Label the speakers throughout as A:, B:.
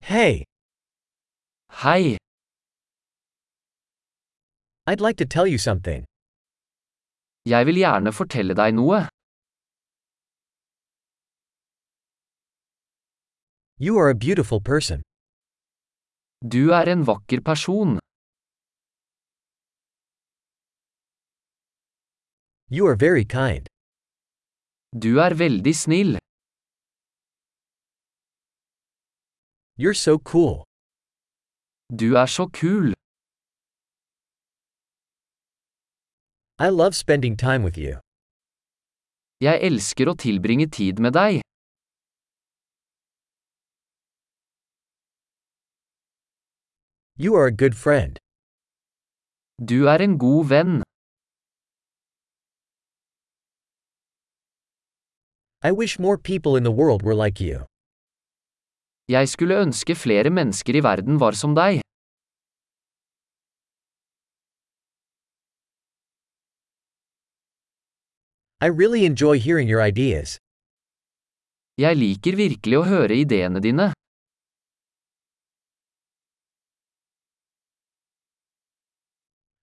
A: Hey,
B: Hei,
A: I'd like to tell you something.
B: jeg vil gjerne fortelle deg noe.
A: You are a beautiful person.
B: Du er en vakker person.
A: You are very kind.
B: Du er veldig snill.
A: You're so cool.
B: Du er så kul.
A: I love spending time with you.
B: Jeg elsker å tilbringe tid med deg.
A: You are a good friend.
B: Du er en god venn.
A: I wish more people in the world were like you.
B: Jeg skulle ønske flere mennesker i verden var som deg.
A: I really enjoy hearing your ideas.
B: Jeg liker virkelig å høre ideene dine.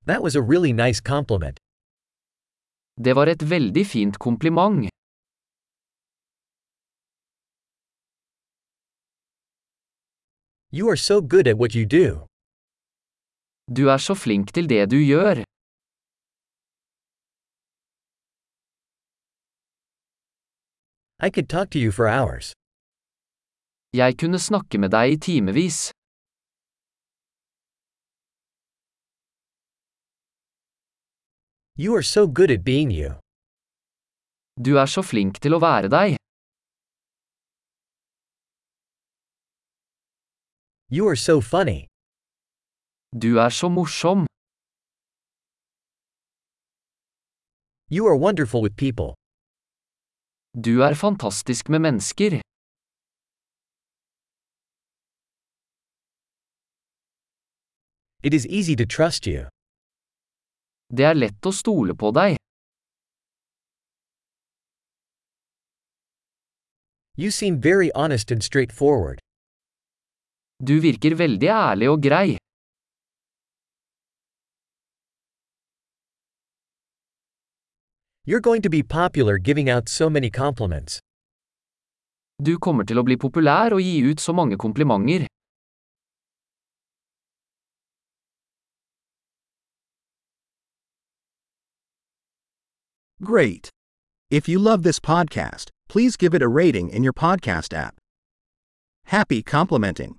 A: That was a really nice compliment.
B: Det var et veldig fint kompliment.
A: You are so good at what you do.
B: Du er så flink til det du gjør.
A: I could talk to you for hours.
B: Jeg kunne snakke med deg i timevis.
A: You are so good at being you.
B: Du er så flink til å være deg.
A: You are so funny.
B: Du er så morsom.
A: You are wonderful with people.
B: Du er fantastisk med mennesker.
A: It is easy to trust you.
B: Det er lett å stole på deg.
A: You seem very honest and straightforward.
B: Du virker veldig ærlig og grei.
A: You're going to be popular giving out so many compliments.
B: Du kommer til å bli populær og gi ut så mange komplimenter.
C: Great. If you love this podcast, please give it a rating in your podcast app. Happy complimenting.